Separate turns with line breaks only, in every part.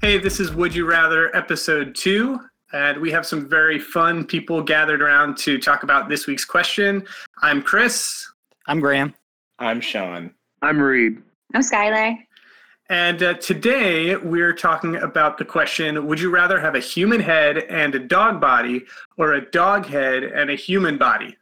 Hey, this is Would You Rather episode two. And we have some very fun people gathered around to talk about this week's question. I'm Chris.
I'm Graham.
I'm Sean.
I'm Reed.
I'm Skylar.
And uh, today we're talking about the question Would you rather have a human head and a dog body, or a dog head and a human body?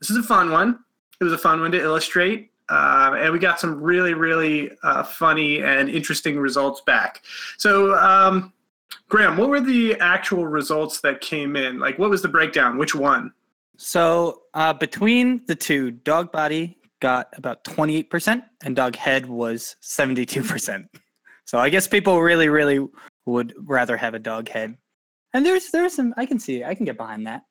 This is a fun one. It was a fun one to illustrate. Uh, and we got some really, really uh, funny and interesting results back. So, um, Graham, what were the actual results that came in? Like, what was the breakdown? Which one?
So uh, between the two, dog body got about 28% and dog head was 72%. So I guess people really, really would rather have a dog head. And there's there's some I can see I can get behind that.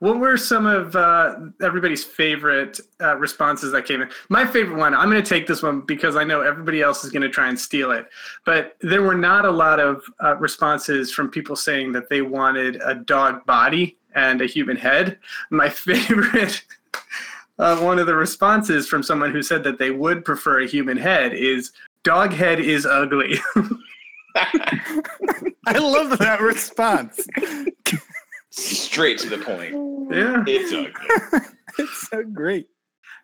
What were some of uh, everybody's favorite uh, responses that came in? My favorite one, I'm going to take this one because I know everybody else is going to try and steal it. But there were not a lot of uh, responses from people saying that they wanted a dog body and a human head. My favorite. Uh, one of the responses from someone who said that they would prefer a human head is dog head is ugly.
I love that response.
Straight to the point.
yeah.
It's ugly.
it's so great.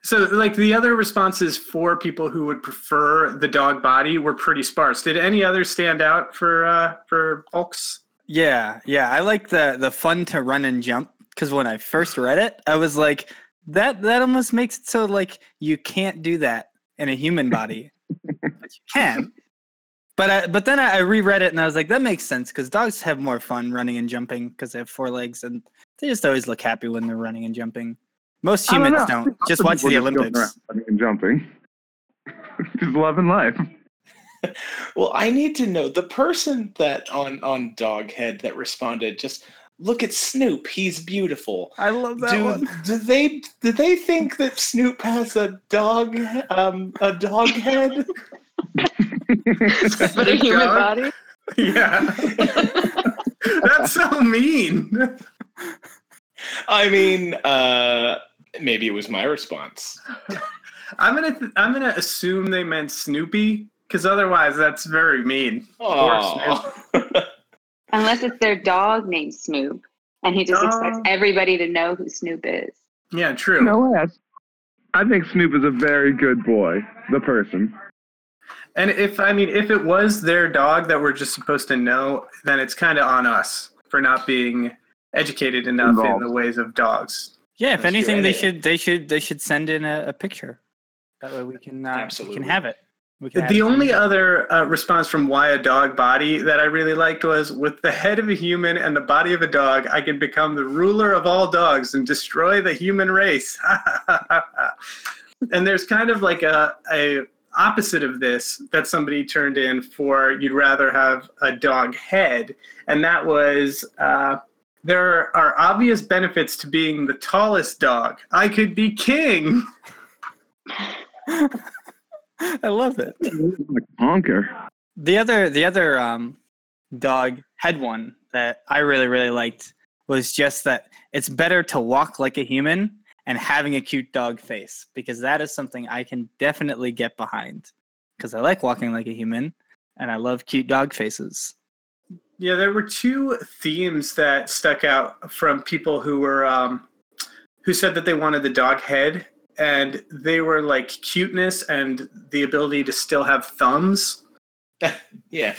So, like the other responses for people who would prefer the dog body were pretty sparse. Did any others stand out for uh, for folks?
Yeah, yeah. I like the the fun to run and jump because when I first read it, I was like, that that almost makes it so like you can't do that in a human body, but you can. But I, but then I, I reread it and I was like, that makes sense because dogs have more fun running and jumping because they have four legs and they just always look happy when they're running and jumping. Most
I don't
humans
know.
don't. Just
Lots of
watch
people
the
jumping
Olympics.
around running and jumping. just loving life.
well, I need to know the person that on on Doghead that responded. Just look at Snoop. He's beautiful.
I love that
Do,
one.
do they do they think that Snoop has a dog um a dog head?
But a human
Dog?
body?
Yeah. That's so mean.
I mean, uh, maybe it was my response.
I'm gonna th- I'm gonna assume they meant Snoopy because otherwise that's very mean.
Oh,
Unless it's their dog named Snoop. And he just expects
Oh.
everybody to know who Snoop is.
Yeah, true.
no way. I- I think Snoop is a very good boy. The person.
And if I mean if it was their dog that we're just supposed to know, then it's kind of on us for not being educated enough
Involved.
in the ways of dogs.
Yeah, if
That's true.
anything,
And
they
it-
should they should they should send in a, a picture. That way we can uh, we
Absolutely.
can have it. We can have
the
it.
only other uh, response from why a dog body that I really liked was with the head of a human and the body of a dog, I can become the ruler of all dogs and destroy the human race. and there's kind of like a, a opposite of this that somebody turned in for you'd rather have a dog head, and that was. Uh, there are obvious benefits to being the tallest dog. I could be king.
I love it.
Like honker.
The other the other um, dog head one that I really really liked was just that it's better to walk like a human and having a cute dog face because that is something I can definitely get behind because I like walking like a human and I love cute dog faces.
Yeah, there were two themes that stuck out from people who were um, who said that they wanted the dog head, and they were like cuteness and the ability to still have thumbs.
yeah.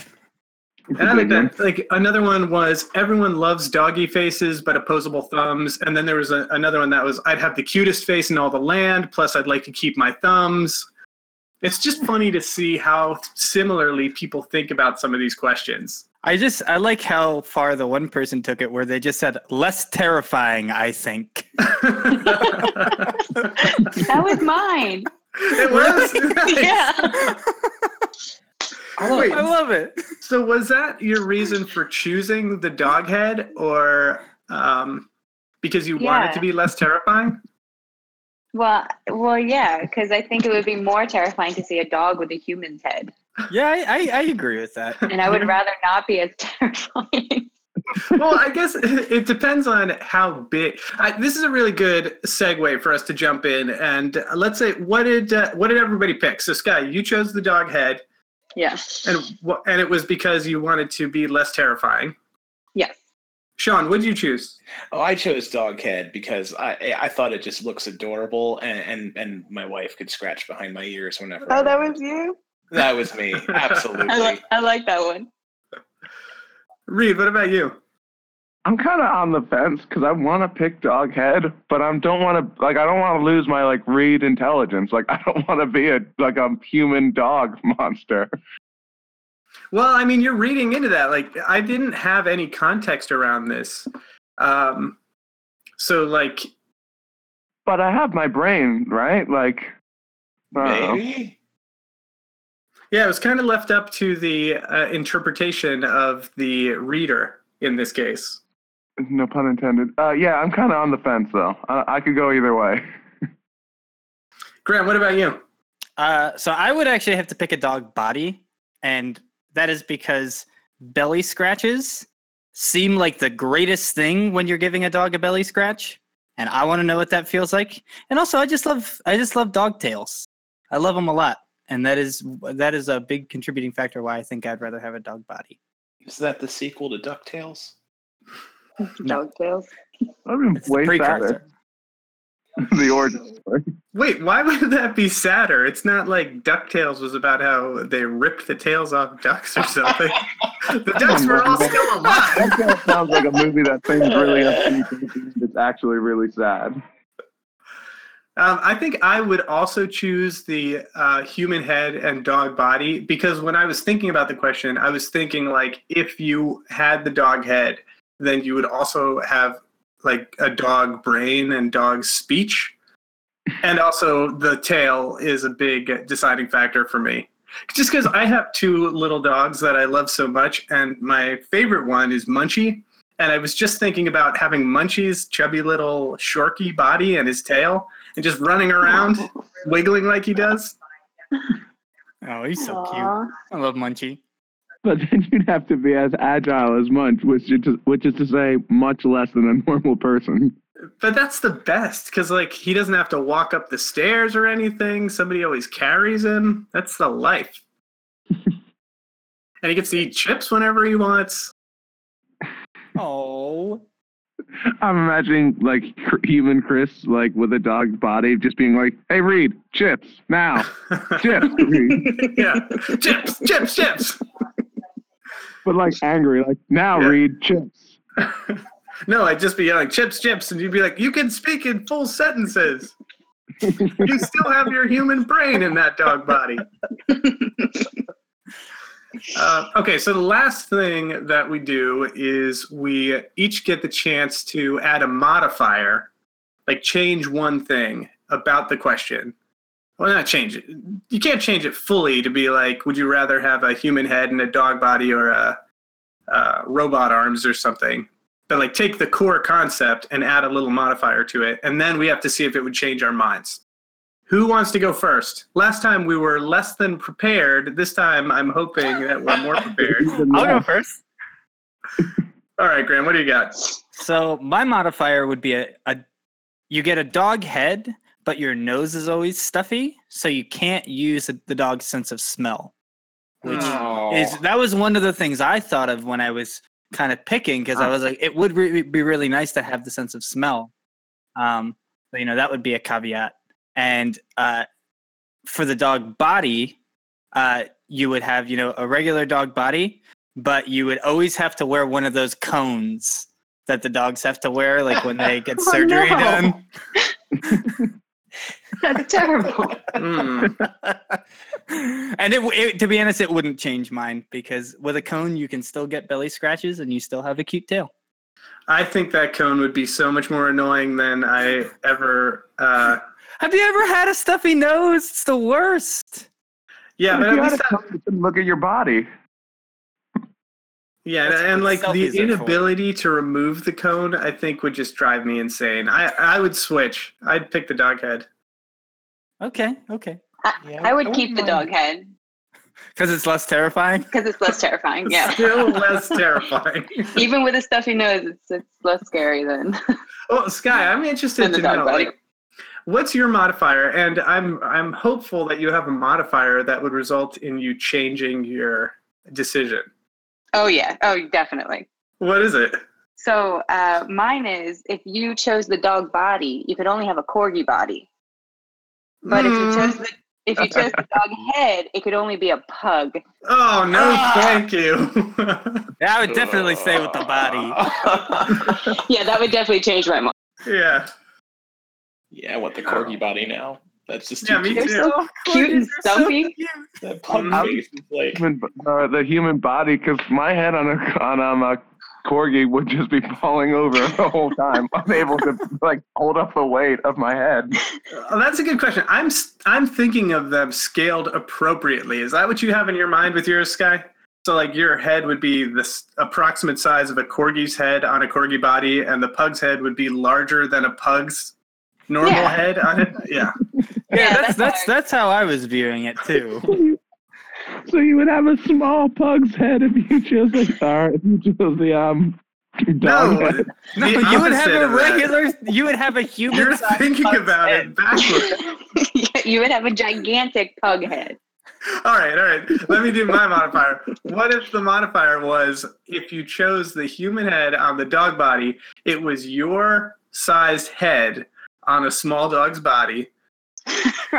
And I like that. Like another one was everyone loves doggy faces but opposable thumbs, and then there was a, another one that was I'd have the cutest face in all the land. Plus, I'd like to keep my thumbs. It's just funny to see how similarly people think about some of these questions.
I just I like how far the one person took it where they just said less terrifying I think.
That was mine.
It was.
yeah.
Oh, Wait,
I love it.
so was that your reason for choosing the dog head, or um, because you want it
Yeah.
to be less terrifying?
Well, well, yeah, because I think it would be more terrifying to see a dog with a human's head,
Yeah, I, I, I agree with that.
and I would rather not be as terrifying.
well, I guess it depends on how big. I, this is a really good segue for us to jump in. And uh, let's say, what did uh, what did everybody pick? So, Sky, you chose the dog head,
Yeah.
and wh- and it was because you wanted to be less terrifying.
Yes.
Sean, what did you choose?
Oh, I chose Doghead because I I- I thought it just looks adorable, and and, and my wife could scratch behind my ears whenever. I
Oh, that
wanted.
was you.
that was me, absolutely.
I like I like that one.
Reed, what about you?
I'm kind of on the fence because I want to pick Doghead, but I don't want to like I don't want to lose my like read intelligence. Like I don't want to be a like a human dog monster.
Well, I mean, you're reading into that. Like, I didn't have any context around this. Um, so, like,
But I have my brain, right? Like uh, I don't know.
Maybe.
yeah, it was kind of left up to the uh, interpretation of the reader in this case.
no pun intended. Uh, yeah, I'm kind of on the fence though. I, I could go either way.
Graham, what about you?
Uh, so I would actually have to pick a dog body, and that is because belly scratches seem like the greatest thing when you're giving a dog a belly scratch, and I want to know what that feels like. And also, I just love I just love dog tails. I love them a lot, and that is that is a big contributing factor why I think I'd rather have a dog body.
Is that the sequel to Ducktales?
No.
Dog tails.
I've been
It's
way
the
sadder.
precursor.
the origin. story.
Wait, why would that be sadder? It's not like DuckTales was about how they ripped the tails off ducks or something. the ducks were all still alive.
That kinda sounds like a movie that things really upbeat. It's actually really sad.
Um, I think I would also choose the uh, human head and dog body because when I was thinking about the question, I was thinking like if you had the dog head, then you would also have like a dog brain and dog speech, and also the tail is a big deciding factor for me. Just because I have two little dogs that I love so much, and my favorite one is Munchie. And I was just thinking about having Munchie's chubby little shorky body and his tail and just running around, wiggling like he does.
Oh, he's so cute.
Aw.
I love Munchie.
But then you'd have to be as agile as Munch, which is which is to say, much less than a normal person.
But that's the best because, like, he doesn't have to walk up the stairs or anything. Somebody always carries him. That's the life. and he gets to eat chips whenever he wants.
Oh,
I'm imagining like cr- human Chris, like with a dog body, just being like, "Hey, Reed, chips now, chips." Reed."
yeah. Chips, chips, chips.
but like angry, like now,
Yeah.
Reed, chips.
No, I'd just be yelling, chips, chips. And you'd be like, you can speak in full sentences. you still have your human brain in that dog body. uh, okay, so the last thing that we do is we each get the chance to add a modifier, like change one thing about the question. Well, not change it. You can't change it fully to be like, would you rather have a human head and a dog body or a uh, robot arms or something? but like take the core concept and add a little modifier to it and then we have to see if it would change our minds who wants to go first last time we were less than prepared this time i'm hoping that we're more prepared
I'll go first.
all right graham what do you got
So my modifier would be a, a you get a dog head, but your nose is always stuffy, so you can't use the dog's sense of smell. Which
Oh.
is that was one of the things I thought of when I was kind of picking
Uh-huh.
because I was like, it would re- be really nice to have the sense of smell. Um, so, you know, that would be a caveat. And uh, for the dog body, uh, you would have you know a regular dog body, but you would always have to wear one of those cones that the dogs have to wear, like when they get
Oh,
surgery
no.
done.
That's terrible.
Hmm.
and it, w- it, to be honest, it wouldn't change mine because with a cone, you can still get belly scratches and you still have a cute tail.
i think that cone would be so much more annoying than i ever uh,
Have you ever had a stuffy nose? It's the worst.
yeah but
If you
at
had a
least I,
tongue, you could look at your body.
yeah
That's
and, and like
what
the
selfies are for.
inability to remove the cone i think would just drive me insane i i would switch i'd pick the dog head
Okay, okay.
Yeah,
I would
wouldn't
keep the
mind-
dog head.
Because it's less terrifying.
because it's less terrifying. Yeah,
Still less terrifying.
even with a stuffy nose, it's it's less scary than
Well, Oh, Sky, I'm
than
interested
the
to
dog
know.
body.
like, what's your modifier? And I'm I'm hopeful that you have a modifier that would result in you changing your decision.
Oh yeah. Oh, definitely.
What is it?
So uh, mine is if you chose the dog body, you could only have a corgi body. But if you
Mm.
chose the if you chose the dog head, it could only be a pug.
Oh no,
Ah!
thank you.
Yeah, I would definitely stay with the body.
Yeah, that would definitely change my mind.
yeah.
yeah, I want the corgi body now. That's just too
Yeah, me
You're
cute.
too.
so cute and stuffy.
That pug
Mhm.
Mm-hmm.
face is like
Human, uh, the human body, because my head on a on um, a corgi would just be falling over the whole time, unable to like hold up the weight of my head.
Oh, that's a good question. I'm s- I'm thinking of them scaled appropriately. Is that what you have in your mind with yours, Sky? So like your head would be this approximate size of a corgi's head on a corgi body, and the pug's head would be larger than a pug's normal
Yeah.
head on it. Yeah.
Yeah,
Yeah,
that's
that's how
that's
I-
that's how I was viewing it too.
So you would have a small pug's head if you chose the star. If you chose the um dog
No,
head.
no,
you you would have
opposite
a
of that.
regular. You would have a human.
You're thinking about it backwards.
you would have a gigantic pug head.
All right, all right. Let me do my modifier. What if the modifier was if you chose the human head on the dog body, it was your sized head on a small dog's body.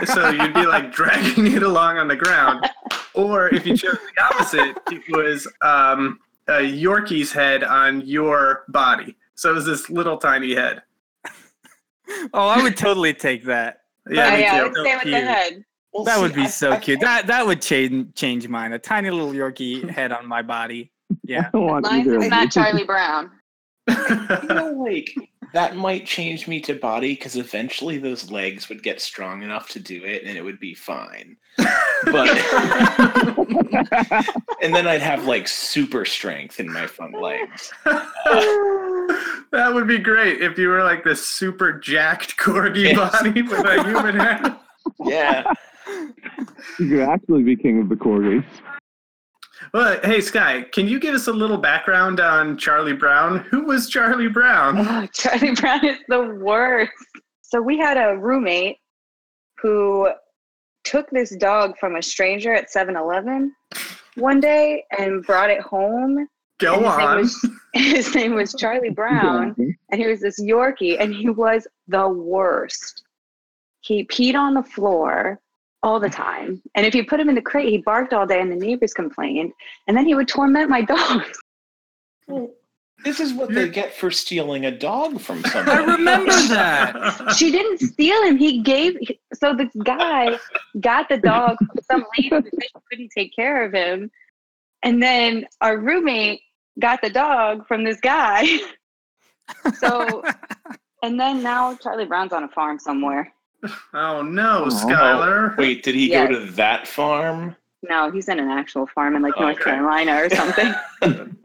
So you'd be like dragging it along on the ground. Or if you chose the opposite, it was um, a Yorkie's head on your body. So it was this little tiny head.
Oh, I would totally take that.
Yeah,
oh,
me
yeah, I
too.
would stay with the
Cute.
head.
Well,
That
see,
would be
I-
so
I
cute.
think-
That that would change change mine. A tiny little Yorkie head on my body. Yeah.
I don't want
Mine
either of
is not
you.
Charlie Brown.
you know, like that might change me to body because eventually those legs would get strong enough to do it, and it would be fine. But and then I'd have like super strength in my front legs.
that would be great if you were like this super jacked corgi
Yes.
body with a human head.
Yeah,
You could actually be king of the corgis.
Well, hey Sky, can you give us a little background on Charlie Brown? Who was Charlie Brown?
Oh, Charlie Brown is the worst. So we had a roommate who took this dog from a stranger at 7-Eleven one day and brought it home.
Go
and his Name
on.
was, his name was Charlie Brown, and he was this Yorkie, and he was the worst. He peed on the floor all the time, and if you put him in the crate, he barked all day, and the neighbors complained, and then he would torment my dogs.
this is what they get for stealing a dog from someone.
I remember that.
she didn't steal him. He gave so the guy got the dog from some lady who said she couldn't take care of him, and then our roommate got the dog from this guy. So, and then now Charlie Brown's on a farm somewhere.
oh no,
Oh.
Skylar.
Wait, did he
Yes.
go to that farm?
No, he's in an actual farm in like
Oh,
North
okay. Oh,
Carolina or something.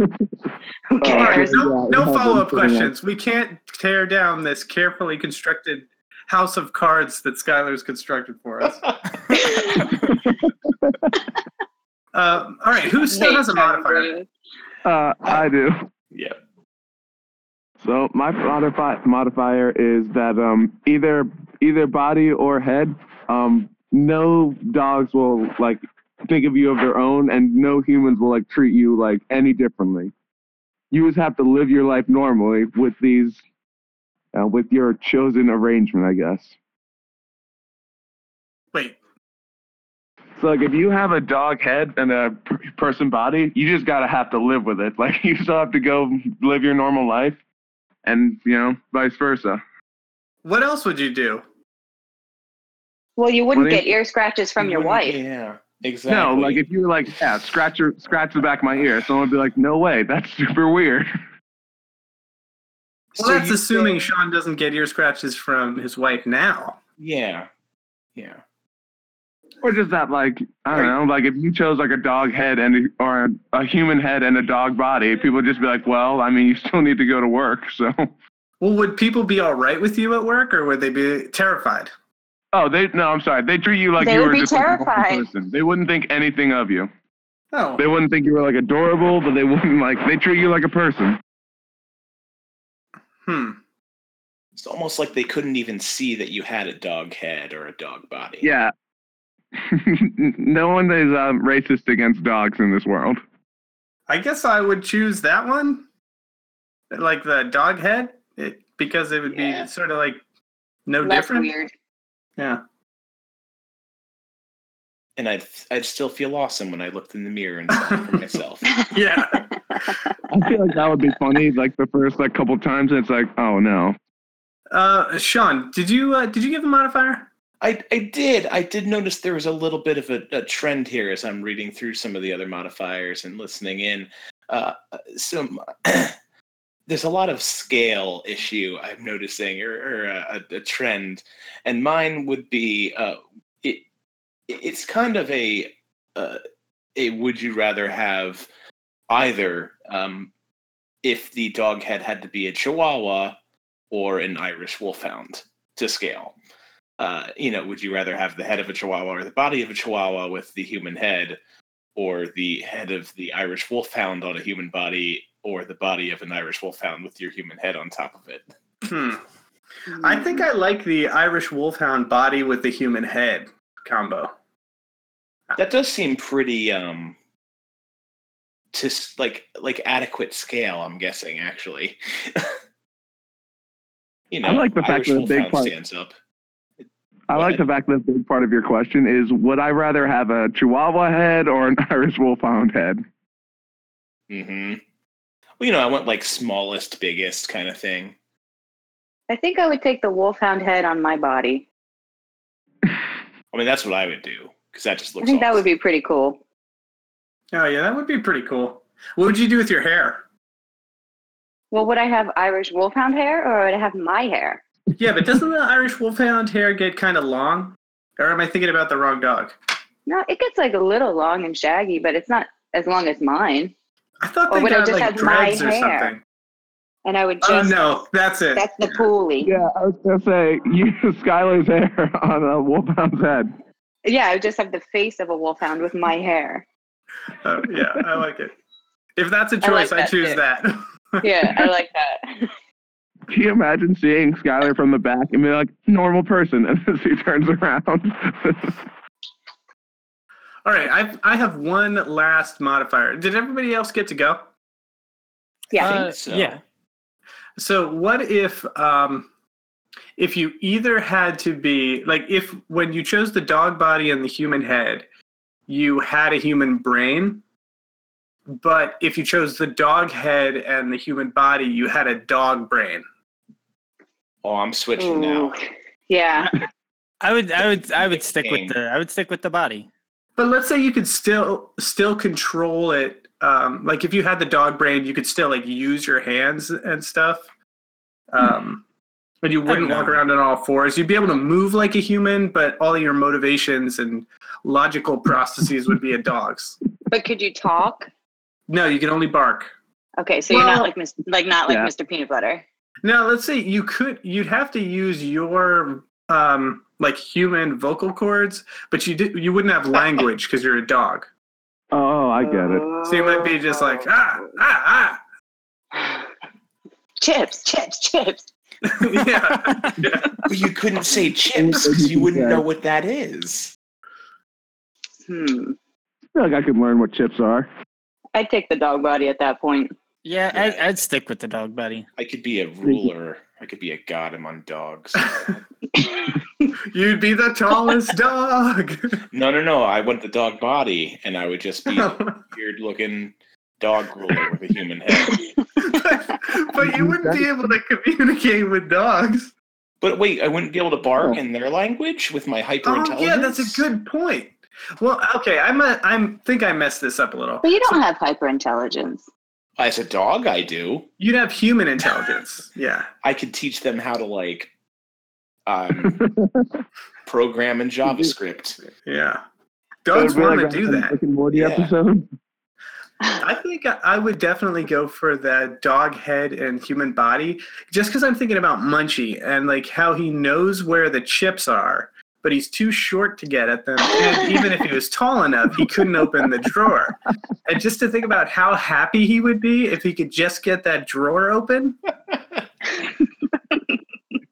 Who
All right,
cares?
no,
Yeah, it
no
has
follow up
been pretty
questions. We can't tear down this carefully constructed house of cards that Skylar's constructed for us. Uh, all right, who still
Hate
has a
Charlie
modifier?
Brown.
Uh, I do.
Yeah.
So my modify- modifier is that um, either either body or head, um, no dogs will like think of you of their own, and no humans will like treat you like any differently. You just have to live your life normally with these, uh, with your chosen arrangement, I guess.
Wait,
So like if you have a dog head and a p- person body, you just gotta have to live with it. Like you still have to go live your normal life, and you know vice versa.
what else would you do?
Well, you wouldn't
What is-
get ear scratches from
You
your
wouldn't-
wife.
Yeah, exactly.
No, like if you were like yeah, scratch your scratch the back of my ear, someone would be like, no way, that's super weird.
Well,
So
that's
you
assuming
think-
Sean doesn't get ear scratches from his wife now.
Yeah, yeah.
Or just that like I don't know, like if you chose like a dog head and or a, a human head and a dog body, people would just be like, well, I mean, you still need to go to work, so.
Well, would people be all right with you at work, or would they be terrified?
Oh, they no. I'm sorry. They treat you like
They
you
would
were
be
just a normal
terrified.
person. They wouldn't think anything of you.
Oh,
They wouldn't think you were like adorable, but they wouldn't like. They treat you like a person.
hmm.
It's almost like they couldn't even see that you had a dog head or a dog body.
Yeah. no one is um, racist against dogs in this world.
I guess I would choose that one, like the dog head, it, because it would
Yeah.
be sort of like no
Less
different.
weird.
Yeah.
And I'd, I'd still feel awesome when I looked in the mirror and saw it for myself.
Yeah.
I feel like that would be funny. Like the first like couple times, it's like, oh no.
Uh, Sean, did you uh, did you give a modifier?
I, I did. I did notice there was a little bit of a, a trend here as I'm reading through some of the other modifiers and listening in. Uh, some there's a lot of scale issue I'm noticing, or, or a, a a trend, and mine would be uh, it. It's kind of a uh, a would you rather have either um, if the dog had had to be a Chihuahua or an Irish Wolfhound to scale uh, you know, would you rather have the head of a chihuahua or the body of a chihuahua with the human head, or the head of the Irish wolfhound on a human body, or the body of an Irish wolfhound with your human head on top of it?
Hmm. I think I like the Irish Wolfhound body with the human head combo.
That does seem pretty, um, to s- like like adequate scale. I'm guessing actually. you know,
I like the
Irish
fact that a big
wolfhound
part-
stands up.
I like the fact that a big part of your question is, would I rather have a Chihuahua head or an Irish Wolfhound head?
Mm-hmm. Well, you know, I went like smallest, biggest kind of thing.
I think I would take the wolfhound head on my body.
I mean, that's what I would do because that just
I
looks.
think that
awesome.
would be pretty cool.
Oh yeah, that would be pretty cool. What would you do with your hair?
Well, would I have Irish wolfhound hair or would I have my hair?
Yeah, but doesn't the Irish Wolfhound hair get kind of long? Or am I thinking about the wrong dog?
No, it gets like a little long and shaggy, but it's not as long as mine.
I thought
Or
they
would I
got
just
like
have my
dreads or
hair?
something.
And I would
Oh
just,
no, that's it.
that's the poolie.
Yeah, I was gonna say, use Skylar's hair on a Wolfhound's head.
Yeah, I would just have the face of a wolfhound with my hair.
Oh, yeah, I like it. If that's a
I like
choice, I,
that
choose
too.
that.
Yeah, I like that.
Can you imagine seeing Skylar from the back and be like, normal person, and as he turns around?
All right, I I have one last modifier. Did everybody else get to go?
Yeah.
I think
Uh,
so.
yeah.
So what if um, if you either had to be like if when you chose the dog body and the human head, you had a human brain, but if you chose the dog head and the human body, you had a dog brain.
Oh, I'm switching
Ooh.
now.
Yeah.
I would, I would, I would stick
Interesting.
with the, I would stick with the body.
But let's say you could still still control it. Um, like if you had the dog brain, you could still like use your hands and stuff. Um, but you wouldn't walk
know.
around on all fours. You'd be able to move like a human, but all of your motivations and logical processes would be a dog's.
But could you talk?
No, you can only bark.
Okay, so you're
Well-
not like Mr. like not like
Yeah.
Mr. Peanut Butter.
Now let's say you could you'd have to use your um, like human vocal cords, but you did, you wouldn't have language because you're a dog.
oh, I get it.
So you might be just like ah ah ah.
chips, chips, chips.
ah." yeah. yeah.
But you couldn't say chips because you wouldn't know what that is.
Hmm.
I feel like I could learn what chips are.
I'd take the dog body at that point.
Yeah,
Yeah.
I, I'd stick with the dog body.
I could be a ruler. I could be a god among dogs.
You'd be the tallest dog.
no, no, no. I want the dog body, and I would just be a weird-looking dog ruler with a human head.
but, but you wouldn't be able to communicate with dogs.
But wait, I wouldn't be able to bark in their language with my hyperintelligence.
Oh yeah, that's a good point. Well, okay, I'm a, I'm think I messed this up a little.
But you don't have hyperintelligence.
As a dog, I do.
You'd have human intelligence. Yeah.
I could teach them how to like um, program in JavaScript.
Yeah. Dogs
It would be
want
like
to do
an
that.
Rick and Morty
Yeah.
episode.
I think I- I would definitely go for the dog head and human body just because I'm thinking about Munchie and like how he knows where the chips are, but but he's too short to get at them. And even if he was tall enough, he couldn't open the drawer. And just to think about how happy he would be if he could just get that drawer open. Like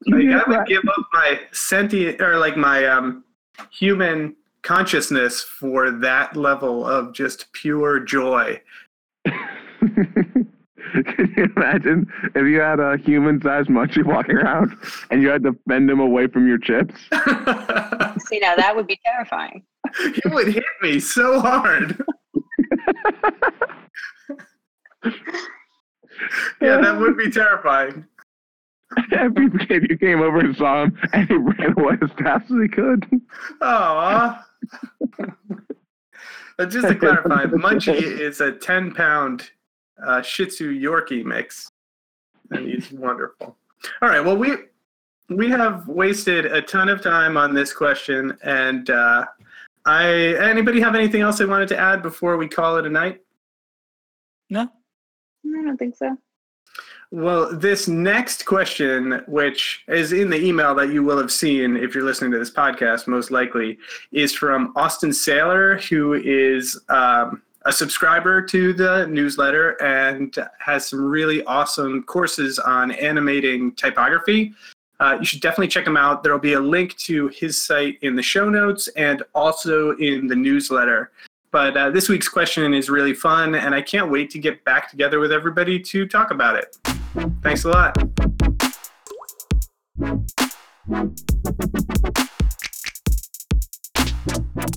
I would give up my sentient or like my um, human consciousness for that level of just pure joy.
Can you imagine if you had a human-sized munchie walking around and you had to fend him away from your chips?
it
See, now that would be terrifying.
would hit me so hard. yeah, that would be terrifying.
if, you, if you came over and saw him and he ran away as fast as he could.
Aw. but just to clarify, Munchie is a 10 pound uh, Shih Tzu Yorkie mix. And he's wonderful. All right. Well, we we have wasted a ton of time on this question. And uh, I anybody have anything else they wanted to add before we call it a night?
No.
I don't think so.
Well, this next question, which is in the email that you will have seen if you're listening to this podcast, most likely, is from Austin Saylor, who is um, a subscriber to the newsletter and has some really awesome courses on animating typography. Uh, you should definitely check him out. There will be a link to his site in the show notes and also in the newsletter. But uh, this week's question is really fun, and I can't wait to get back together with everybody to talk about it. Thanks a lot.